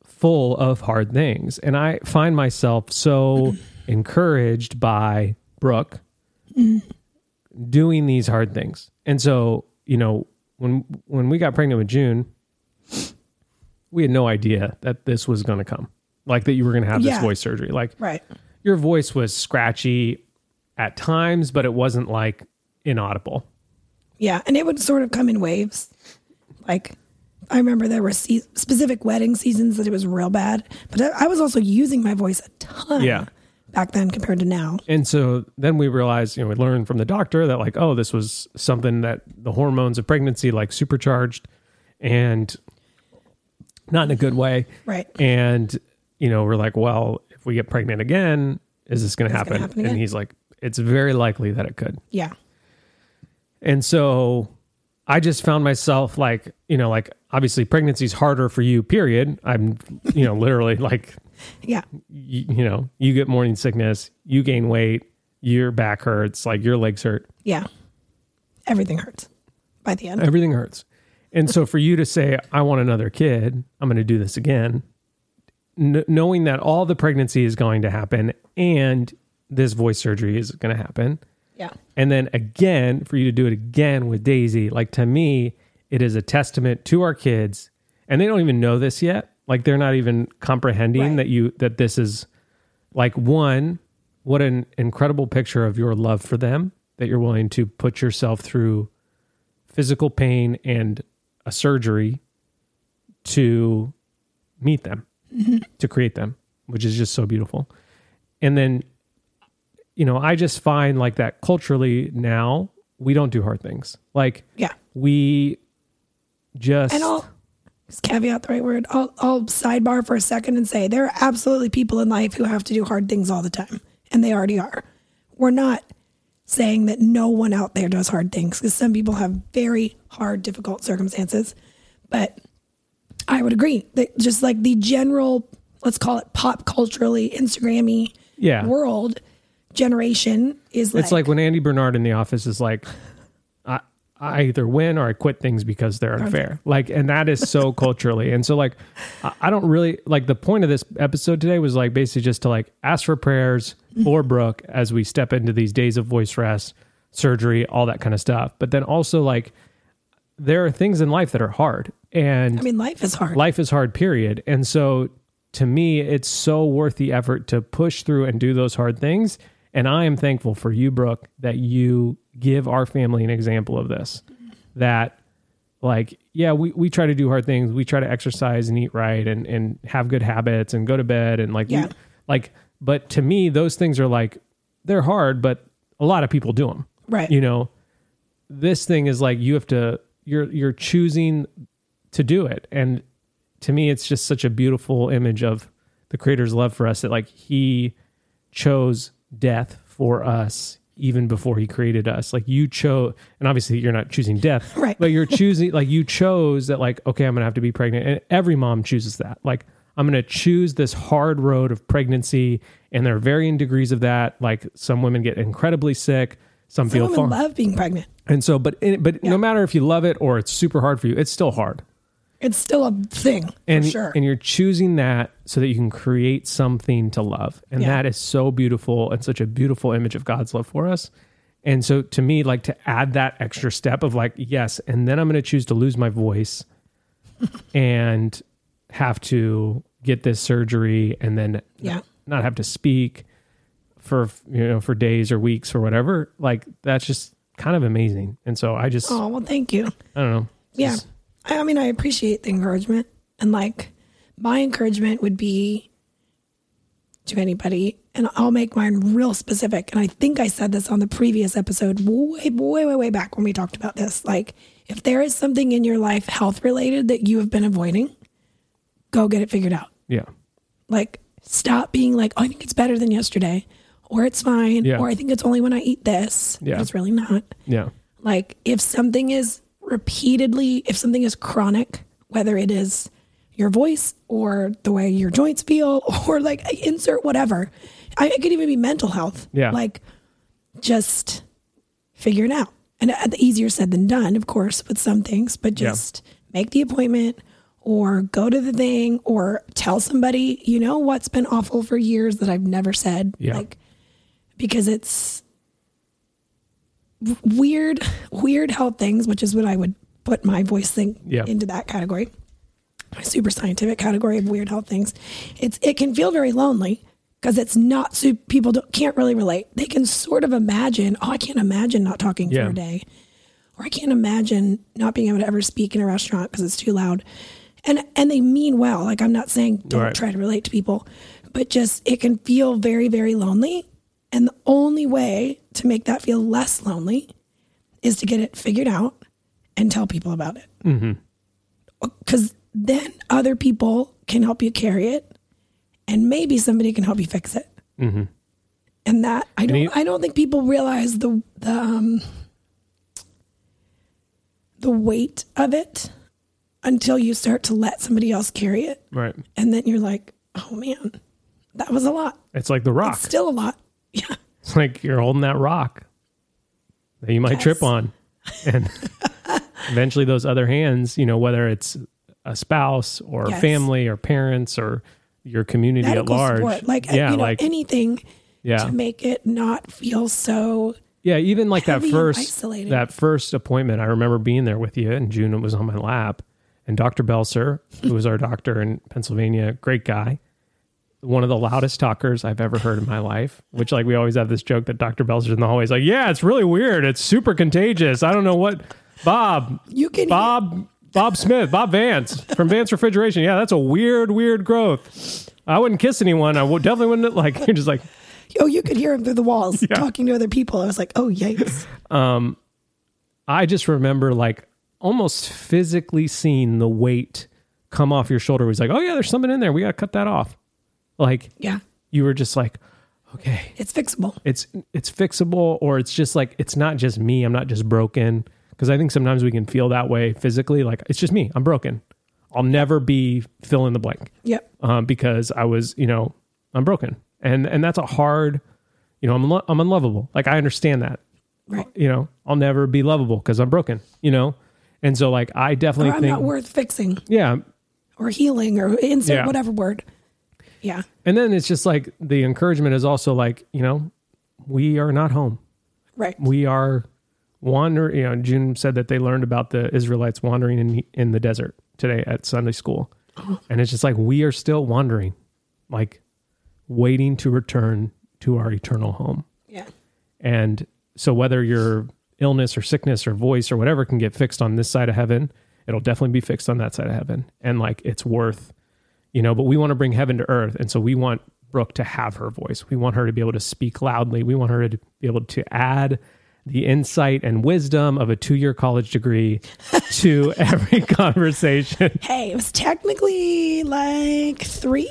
A: full of hard things and i find myself so encouraged by brooke doing these hard things and so you know when when we got pregnant with june we had no idea that this was going to come like that you were going to have
B: Yeah.
A: this voice surgery like
B: right.
A: your voice was scratchy at times but it wasn't like inaudible
B: Yeah, and it would sort of come in waves. Like, I remember there were se- specific wedding seasons that it was real bad, but I, I was also using my voice a ton.
A: Yeah.
B: back then compared to now.
A: and so then we realized you know we learned from the doctor that like oh this was something that the hormones of pregnancy like supercharged and not in a good way
B: Right.
A: and you know we're like well if we get pregnant again is this going to happen,
B: happen again.
A: and he's like it's very likely that it could
B: Yeah,
A: and so I just found myself like, you know, like obviously pregnancy's harder for you, period. I'm, you know, literally like,
B: Yeah.
A: you, you know, you get morning sickness, you gain weight, your back hurts, like your legs hurt,
B: Yeah. Everything hurts by the end.
A: everything hurts. And so for you to say, I want another kid, I'm going to do this again, kn- knowing that all the pregnancy is going to happen and this voice surgery is going to happen.
B: Yeah.
A: And then again, for you to do it again with Daisy, like to me, it is a testament to our kids. And they don't even know this yet. Like they're not even comprehending
B: Right.
A: that you that this is like one, what an incredible picture of your love for them that you're willing to put yourself through physical pain and a surgery to meet them, to create them, which is just so beautiful. And then you know, I just find like that culturally now we don't do hard things. Like
B: Yeah.
A: we just
B: And I'll is caveat the right word. I'll, I'll sidebar for a second and say there are absolutely people in life who have to do hard things all the time, and they already are. We're not saying that no one out there does hard things because some people have very hard, difficult circumstances. But I would agree that just like the general, let's call it pop culturally Instagrammy
A: Yeah.
B: world generation is like,
A: it's like when Andy Bernard in the office is like I I either win or I quit things because they're unfair. Like and that is so culturally. And so like I, I don't really like the point of this episode today was like basically just to like ask for prayers for Brooke as we step into these days of voice rest, surgery, all that kind of stuff. But then also like there are things in life that are hard. And
B: I mean, life is hard.
A: life is hard period and so to me it's so worth the effort to push through and do those hard things and i am thankful for you brooke that you give our family an example of this that like yeah we, we try to do hard things we try to exercise and eat right and and have good habits and go to bed and like we-
B: Yeah.
A: like but to me those things are like they're hard but a lot of people do them
B: Right.
A: you know this thing is like you have to you're you're choosing to do it and to me it's just such a beautiful image of the creator's love for us that like he chose death for us even before he created us like you chose and obviously you're not choosing death
B: Right.
A: but you're choosing like you chose that like okay i'm gonna have to be pregnant and every mom chooses that like i'm gonna choose this hard road of pregnancy and there are varying degrees of that like some women get incredibly sick some,
B: Some
A: feel fine
B: women love being pregnant.
A: and so but in, but no matter if you love it or it's super hard for you it's still hard
B: It's still a thing
A: and
B: for sure.
A: and you're choosing that so that you can create something to love and
B: Yeah.
A: that is so beautiful and such a beautiful image of god's love for us and so to me like to add that extra step of like yes and then i'm going to choose to lose my voice and have to get this surgery and then
B: Yeah.
A: not have to speak for you know for days or weeks or whatever like that's just kind of amazing and so i just
B: oh well, thank you.
A: i don't know
B: Yeah.
A: Just-
B: I, I mean, I appreciate the encouragement. And like, my encouragement would be to anybody, and I'll make mine real specific. And I think I said this on the previous episode, way, way, way, way back when we talked about this. Like, if there is something in your life health related that you have been avoiding, go get it figured out.
A: yeah
B: Like, stop being like, oh, I think it's better than yesterday, or it's fine,
A: Yeah.
B: or I think it's only when I eat this.
A: Yeah.
B: But it's really not.
A: yeah
B: Like if something is repeatedly, if something is chronic, whether it is your voice or the way your joints feel or like insert whatever, I, it could even be mental health.
A: Yeah.
B: Like just figure it out. And uh, easier said than done, of course, with some things, but
A: Yeah.
B: just make the appointment or go to the thing or tell somebody, you know, what's been awful for years that I've never said.
A: Yeah.
B: Like, because it's w- weird, weird health things, which is what I would put my voice thing
A: Yeah.
B: into that category, my super scientific category of weird health things. It's it can feel very lonely because it's not so people don't, can't really relate. They can sort of imagine, oh, I can't imagine not talking
A: Yeah.
B: for a day, or I can't imagine not being able to ever speak in a restaurant because it's too loud. And, and they mean well. Like I'm not saying don't
A: Right.
B: try to relate to people, but just it can feel very, very lonely. And the only way to make that feel less lonely is to get it figured out and tell people about it.
A: Mm-hmm.
B: Because then other people can help you carry it, and maybe somebody can help you fix it. And that I don't,
A: Mm-hmm. you-
B: I don't think people realize the the um, the weight of it until you start to let somebody else carry it.
A: Right.
B: And then you're like, oh man, that was a lot.
A: It's like the rock.
B: It's still a lot. Yeah.
A: It's like you're holding that rock that you might trip on. And eventually, those other hands, you know, whether it's a spouse or
B: Yes.
A: family or parents or your community
B: Medical
A: at large.
B: support. Like, uh,
A: yeah,
B: you know,
A: like,
B: anything
A: yeah.
B: to make it not feel so
A: Yeah, even like that
B: heavy and
A: first
B: isolating.
A: that first appointment, I remember being there with you, and June was on my lap, and Dr. Belser, who was our doctor in Pennsylvania, great guy, one of the loudest talkers I've ever heard in my life. Which, like, we always have this joke that Dr. Belser's in the hallways, like, yeah, it's really weird, it's super contagious. I don't know what Bob,
B: you can
A: Bob, Bob Smith, Bob Vance from Vance Refrigeration. Yeah, that's a weird, weird growth. I wouldn't kiss anyone. I would definitely wouldn't like. You're just like.
B: oh you could hear him through the walls talking to other people. I was like, oh yikes.
A: I just remember like almost physically seeing the weight come off your shoulder. It was like, oh yeah, there's something in there. We got to cut that off. Like
B: yeah.
A: you were just like, okay,
B: It's fixable.
A: it's it's fixable, or it's just like it's not just me. I'm not just broken because I think sometimes we can feel that way physically. Like it's just me. I'm broken. I'll never be fill in the blank
B: Yep.
A: um, because I was, you know, I'm broken, and and that's a hard, you know, I'm unlo- I'm unlovable. Like I understand that,
B: Right.
A: You know, I'll never be lovable because I'm broken. You know, and so like I
B: Or
A: definitely
B: I'm
A: think,
B: not worth fixing
A: yeah.
B: or healing or insert
A: Yeah.
B: whatever word. Yeah.
A: And then it's just like the encouragement is also like, you know, we are not home.
B: Right.
A: We are wander. You know, June said that they learned about the Israelites wandering in in the desert today at Sunday school, and it's just like we are still wandering, like waiting to return to our eternal home.
B: Yeah.
A: And so whether your illness or sickness or voice or whatever can get fixed on this side of heaven, it'll definitely be fixed on that side of heaven. And like it's worth, you know, but we want to bring heaven to earth. And so we want Brooke to have her voice. We want her to be able to speak loudly. We want her to be able to add the insight and wisdom of a two year college degree to every conversation.
B: Hey, it was technically like three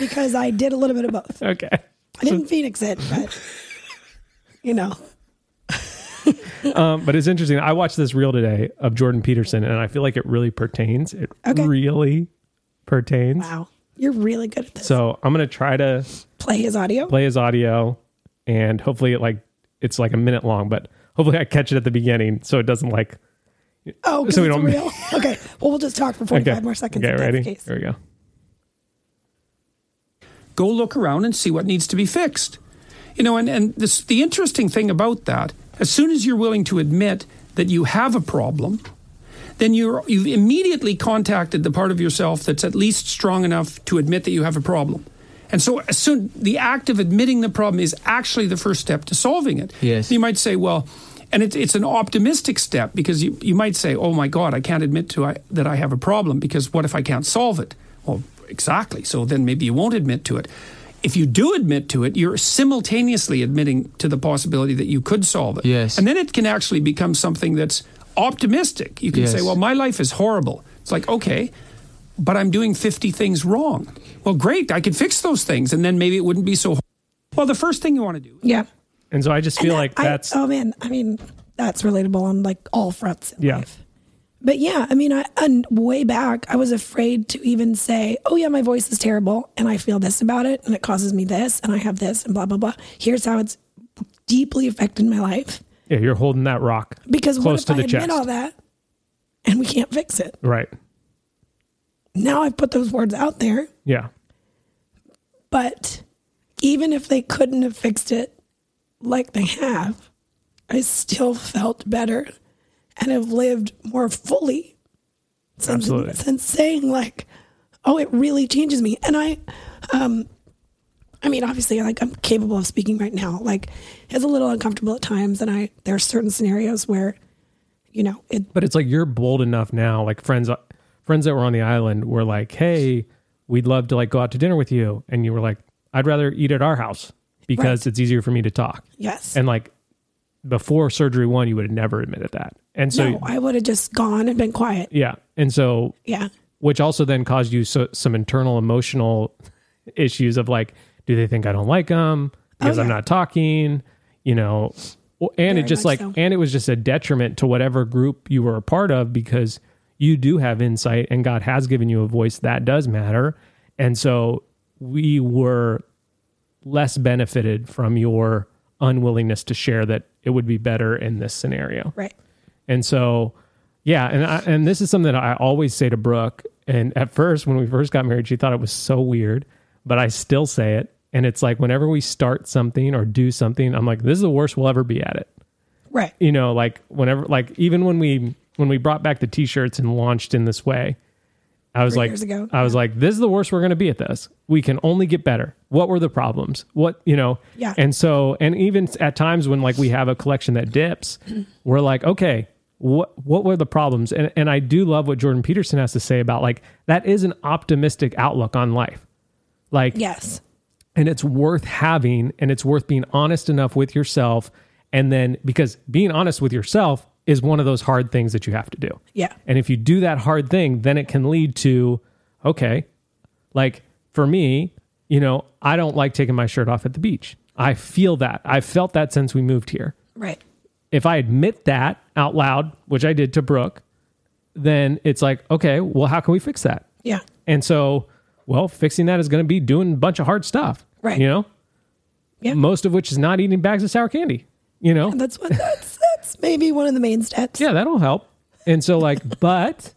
B: because I did a little bit of both.
A: okay.
B: I didn't Phoenix it, but you know,
A: Um, but it's interesting. I watched this reel today of Jordan Peterson, and I feel like it really pertains. It
B: Okay.
A: really pertains.
B: wow. You're really good at this.
A: So I'm gonna try to
B: Play his audio.
A: play his audio, and hopefully, it like it's like a minute long, but hopefully, I catch it at the beginning so it doesn't like.
B: oh, 'cause
A: so we
B: it's
A: don't-
B: real. okay. Well, we'll just talk for 45 more seconds.
A: Okay,
B: if that's the
A: ready?
B: case.
A: Here we go.
E: go look around and see what needs to be fixed. You know, and, and this, the interesting thing about that, as soon as you're willing to admit that you have a problem, then you're, you've immediately contacted the part of yourself that's at least strong enough to admit that you have a problem. And so, as soon, the act of admitting the problem is actually the first step to solving it.
H: Yes.
E: You might say, well, and it, it's an optimistic step because you, you might say, oh my God, I can't admit to I, that I have a problem because what if I can't solve it? Well, exactly. So then maybe you won't admit to it. If you do admit to it, you're simultaneously admitting to the possibility that you could solve it.
H: Yes.
E: And then it can actually become something that's optimistic. You can say,
H: Yes.
E: well, my life is horrible. It's like, okay, but I'm doing 50 things wrong. Well, great, I could fix those things and then maybe it wouldn't be so. hor- Well, the first thing you want to do
B: Yeah.
A: And so I just feel
B: that-
A: like
B: I-
A: that's
B: oh man i mean that's relatable on like all fronts in
A: Yeah.
B: life but yeah i mean i and way back i was afraid to even say oh yeah my voice is terrible and i feel this about it and it causes me this and i have this and blah blah blah here's how it's deeply affected my life
A: yeah. You're holding that rock
B: because
A: close
B: what if
A: to
B: i
A: the
B: admit
A: chest,
B: all that and we can't fix it
A: right?
B: now i've put those words out there
A: Yeah,
B: But even if they couldn't have fixed it like they have, I still felt better and have lived more fully since,
A: Absolutely.
B: since saying like, oh, it really changes me. And I, um, I mean, obviously, like I'm capable of speaking right now. Like, it's a little uncomfortable at times, and I there are certain scenarios where, you know, it
A: but it's like you're bold enough now. Like friends, friends that were on the island were like, "Hey, we'd love to like go out to dinner with you," and you were like, "I'd rather eat at our house because it's easier for me to talk."
B: yes.
A: And like before surgery one, you would have never admitted that. And so
B: no, I would have just gone and been quiet.
A: yeah. And so
B: Yeah.
A: which also then caused you so, some internal emotional issues of like, do they think I don't like them because I'm
B: Oh, yeah.
A: not talking? You know, Well, and
B: Very
A: it just like
B: much so.
A: and it was just a detriment to whatever group you were a part of because you do have insight and God has given you a voice that does matter. And so we were less benefited from your unwillingness to share that it would be better in this scenario.
B: Right.
A: And so, yeah, and I, and this is something that I always say to Brooke. And at first, when we first got married, she thought it was so weird, but I still say it. And it's like whenever we start something or do something, I'm like, this is the worst we'll ever be at it.
B: Right.
A: You know, like whenever, like even when we when we brought back the t-shirts and launched in this way, I was
B: Three
A: like,
B: years ago.
A: I was like, this is the worst we're going to be at this. We can only get better. What were the problems? What you know?
B: Yeah.
A: And so, and even at times when like we have a collection that dips, we're like, okay, what what were the problems? And and I do love what Jordan Peterson has to say about like that is an optimistic outlook on life. Like
B: Yes.
A: and it's worth having and it's worth being honest enough with yourself and then because being honest with yourself is one of those hard things that you have to do
B: Yeah.
A: and if you do that hard thing then it can lead to okay like for me you know i don't like taking my shirt off at the beach i feel that i felt that since we moved here
B: Right.
A: if I admit that out loud, which I did to Brooke, then it's like, okay, well, how can we fix that?
B: Yeah.
A: And so, well, fixing that is going to be doing a bunch of hard stuff,
B: Right.
A: You know,
B: Yeah.
A: most of which is not eating bags of sour candy. You know,
B: And that's what that's that's maybe one of the main steps.
A: yeah, that'll help. And so, like, but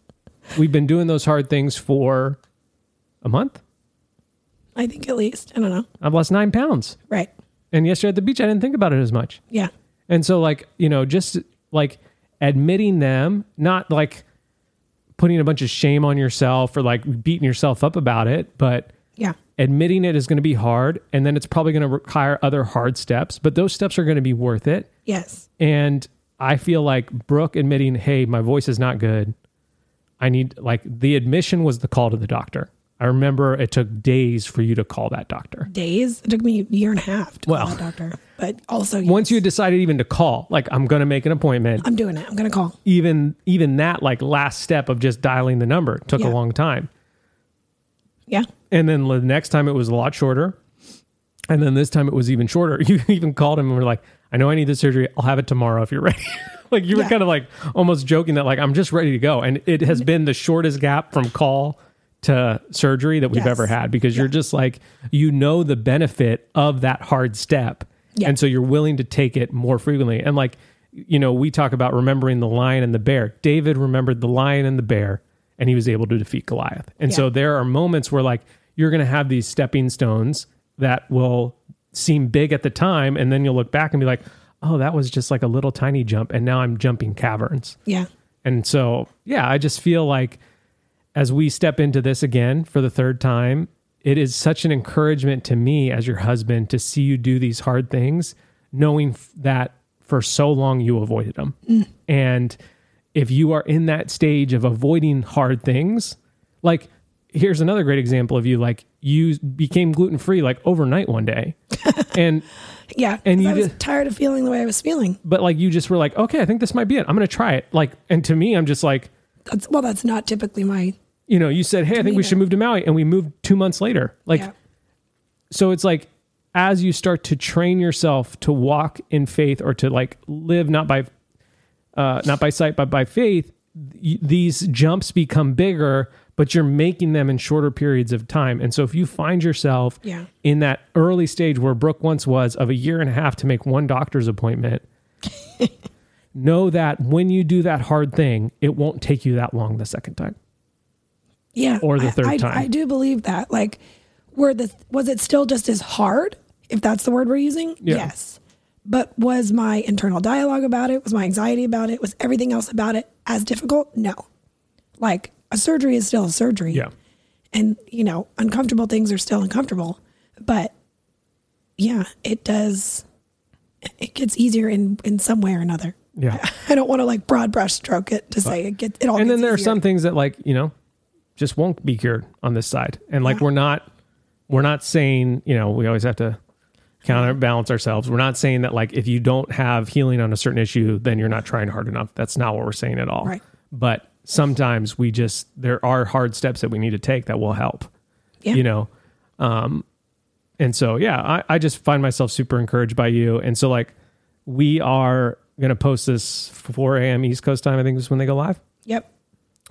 A: we've been doing those hard things for a month.
B: I think at least. I don't know.
A: I've lost nine pounds,
B: Right.
A: and yesterday at the beach, I didn't think about it as much.
B: Yeah.
A: And so like, you know, just like admitting them, not like putting a bunch of shame on yourself or like beating yourself up about it, but
B: Yeah.
A: admitting it is going to be hard and then it's probably going to require other hard steps, but those steps are going to be worth it.
B: Yes.
A: And I feel like Brooke admitting, "Hey, my voice is not good. I need like the admission was the call to the doctor." I remember it took days for you to call that doctor.
B: Days. It took me a year and a half to well,
A: Well.
B: call a doctor. But also
A: Once you decided even to call, like I'm going to make an appointment,
B: I'm doing it. I'm gonna call.
A: even even that like last step of just dialing the number took
B: Yeah.
A: a long time
B: Yeah.
A: and then the next time it was a lot shorter and then this time it was even shorter you even called him and were like i know i need the surgery i'll have it tomorrow if you're ready like you were
B: Yeah. Mm-hmm.
A: kind of like almost joking that like i'm just ready to go and it has been the shortest gap from call to surgery that we've
B: Yes.
A: ever had because you're just like you know the benefit of that hard step
B: Yeah.
A: and so you're willing to take it more frequently and like you know we talk about remembering the lion and the bear david remembered the lion and the bear and he was able to defeat goliath and so
B: Yeah.
A: there are moments where like you're going to have these stepping stones that will seem big at the time and then you'll look back and be like oh that was just like a little tiny jump and now i'm jumping caverns
B: Yeah.
A: and so, yeah, I just feel like as we step into this again for the third time, it is such an encouragement to me as your husband to see you do these hard things, knowing f- that for so long you avoided them. And if you are in that stage of avoiding hard things, like here's another great example of you like you became gluten free like overnight one day. and
B: Yeah.
A: And
B: 'Cause
A: you
B: I was
A: did-
B: tired of feeling the way I was feeling.
A: but like you just were like, okay, I think this might be it. I'm going to try it. Like and to me I'm just like
B: That's well, that's not typically my
A: you know, you said, "Hey, I think we
B: Demeanor.
A: should move to Maui," and we moved two months later. Like,
B: yeah.
A: so it's like as you start to train yourself to walk in faith or to like live not by, uh, not by sight but by faith, y- these jumps become bigger, but you're making them in shorter periods of time. And so if you find yourself
B: Yeah.
A: in that early stage where Brooke once was of a year and a half to make one doctor's appointment. know that when you do that hard thing, it won't take you that long the second time.
B: Yeah.
A: Or the
B: I-
A: third
B: I,
A: time.
B: I do believe that. Like, were the was it still just as hard, if that's the word we're using?
A: Yeah.
B: Yes. But was my internal dialogue about it, was my anxiety about it, was everything else about it as difficult? No. Like a surgery is still a surgery.
A: Yeah.
B: And, you know, uncomfortable things are still uncomfortable. But yeah, it does it gets easier in in some way or another.
A: Yeah.
B: I don't want to like broad brush stroke it to say it gets it all.
A: and then
B: gets
A: there are
B: easier.
A: some things that like you know just won't be cured on this side and like
B: Yeah.
A: we're not we're not saying you know we always have to counterbalance ourselves we're not saying that like if you don't have healing on a certain issue then you're not trying hard enough that's not what we're saying at all.
B: Right.
A: but sometimes we just there are hard steps that we need to take that will help
B: Yeah.
A: you know um and so yeah I, I just find myself super encouraged by you and so like we are going to post this 4 a.m. East Coast time. I think is when they go live.
B: Yep.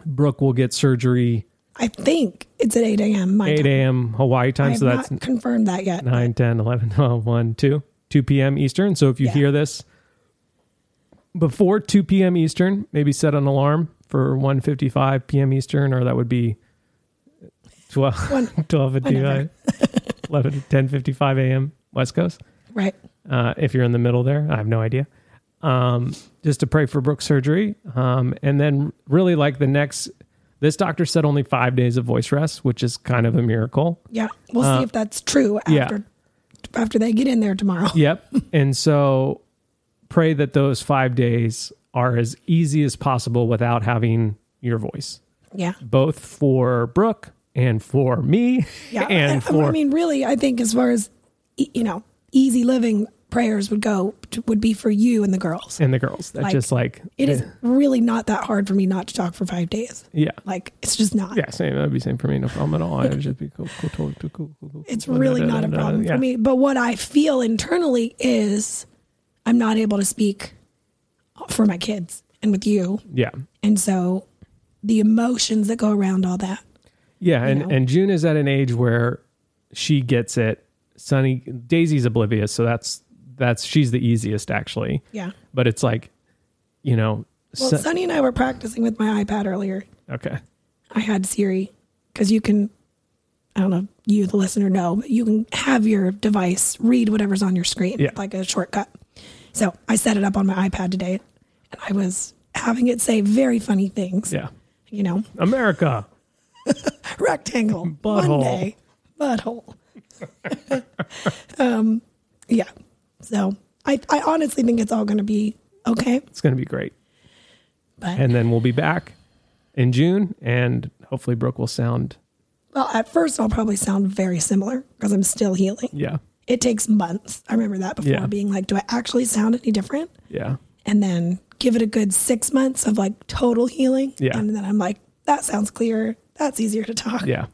A: Brooke will get surgery
B: I think it's at 8 a.m. My
A: 8
B: time.
A: a.m. Hawaii
B: I
A: time.
B: have
A: So that's
B: not confirmed that yet.
A: 9, 10, 11, 12, 1, 2, 2 p.m. Eastern. So if you
B: Yeah.
A: hear this before 2 p.m. Eastern, maybe set an alarm for 1.55 p.m. Eastern, or that would be 12,
B: When-
A: 12 55, 11, 10.55 a.m. West Coast.
B: Right.
A: Uh, if you're in the middle there, I have no idea. Um, just to pray for Brooke's surgery. Um, and then really like the next, this doctor said only five days of voice rest, which is kind of a miracle.
B: Yeah. We'll see if that's true
A: Uh, yeah.
B: after after they get in there tomorrow.
A: Yep. and so pray that those five days are as easy as possible without having your voice,
B: Yeah.
A: both for Brooke and for me
B: Yeah. um,
A: and for
B: I mean, really, I think as far as e- you know, easy living prayers would go to, would be for you and the girls.
A: and the girls. That's
B: like,
A: just like
B: It is really not that hard for me not to talk for five days.
A: Yeah.
B: Like it's just not.
A: Yeah, same. That'd be same for me. No problem at all. I'd just be cool, cool, cool, cool, cool, cool, cool.
B: It's really not a problem
A: Yeah.
B: for me. But what I feel internally is I'm not able to speak for my kids and with you.
A: Yeah.
B: And so the emotions that go around all that.
A: Yeah, and,
B: know?
A: and June is at an age where she gets it. Sunny Daisy's oblivious, so that's that's she's the easiest actually.
B: Yeah.
A: But it's like, you know,
B: Well,
A: Sun-
B: Sunny and I were practicing with my iPad earlier.
A: okay,
B: I had Siri because you can, I don't know, you, the listener, know, but you can have your device read whatever's on your screen,
A: Yeah.
B: like a shortcut. So I set it up on my iPad today and I was having it say very funny things,
A: yeah,
B: you know,
A: America.
B: rectangle,
A: Butthole.
B: one day, butthole. um, yeah. So I, I honestly think it's all going to be okay.
A: It's gonna be great,
B: But
A: and then we'll be back in June, and hopefully Brooke will sound
B: well, at first I'll probably sound very similar because I'm still healing.
A: yeah,
B: it takes months. I remember that before
A: Yeah.
B: being like, do I actually sound any different?
A: yeah,
B: And then give it a good six months of like total healing.
A: Yeah.
B: And then I'm like, that sounds clear. That's easier to talk.
A: yeah.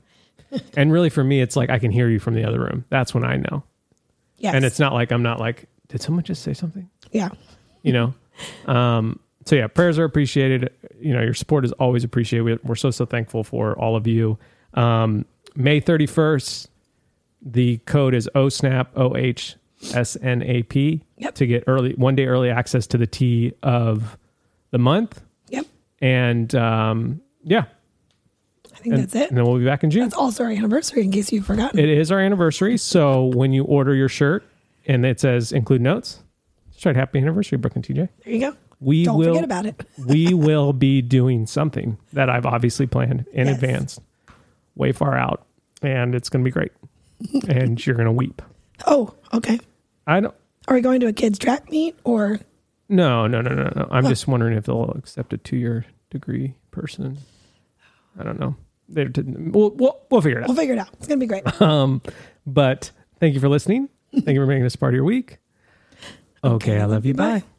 A: and really, for me, it's like I can hear you from the other room. That's when I know,
B: Yes.
A: and it's not like I'm not like, did someone just say something?
B: yeah.
A: you know um so yeah prayers are appreciated you know your support is always appreciated We- we're so so thankful for all of you um may 31st the code is osnap o h s n a p
B: Yep.
A: to get early one day early access to the tea of the month
B: Yep.
A: and um yeah
B: I think
A: and,
B: that's it.
A: and then we'll be back in june
B: That's also our anniversary in case you've forgotten.
A: it is our anniversary so when you order your shirt and it says include notes just write happy anniversary brooke and tj
B: there you go.
A: we
B: Don't
A: will
B: forget about it.
A: we will be doing something that I've obviously planned in
B: Yes.
A: advance, way far out, and it's going to be great. and you're going to weep.
B: Oh, okay.
A: I don't.
B: Are we going to a kids track meet or
A: No, no, no, no, no. I'm just wondering if they'll accept a two-year degree person. I don't know. They're we'll, we'll we'll figure it out.
B: we'll figure it out. It's going to be great.
A: But thank you for listening. Thank you for making this part of your week. Okay, I love you. Bye.
B: Bye.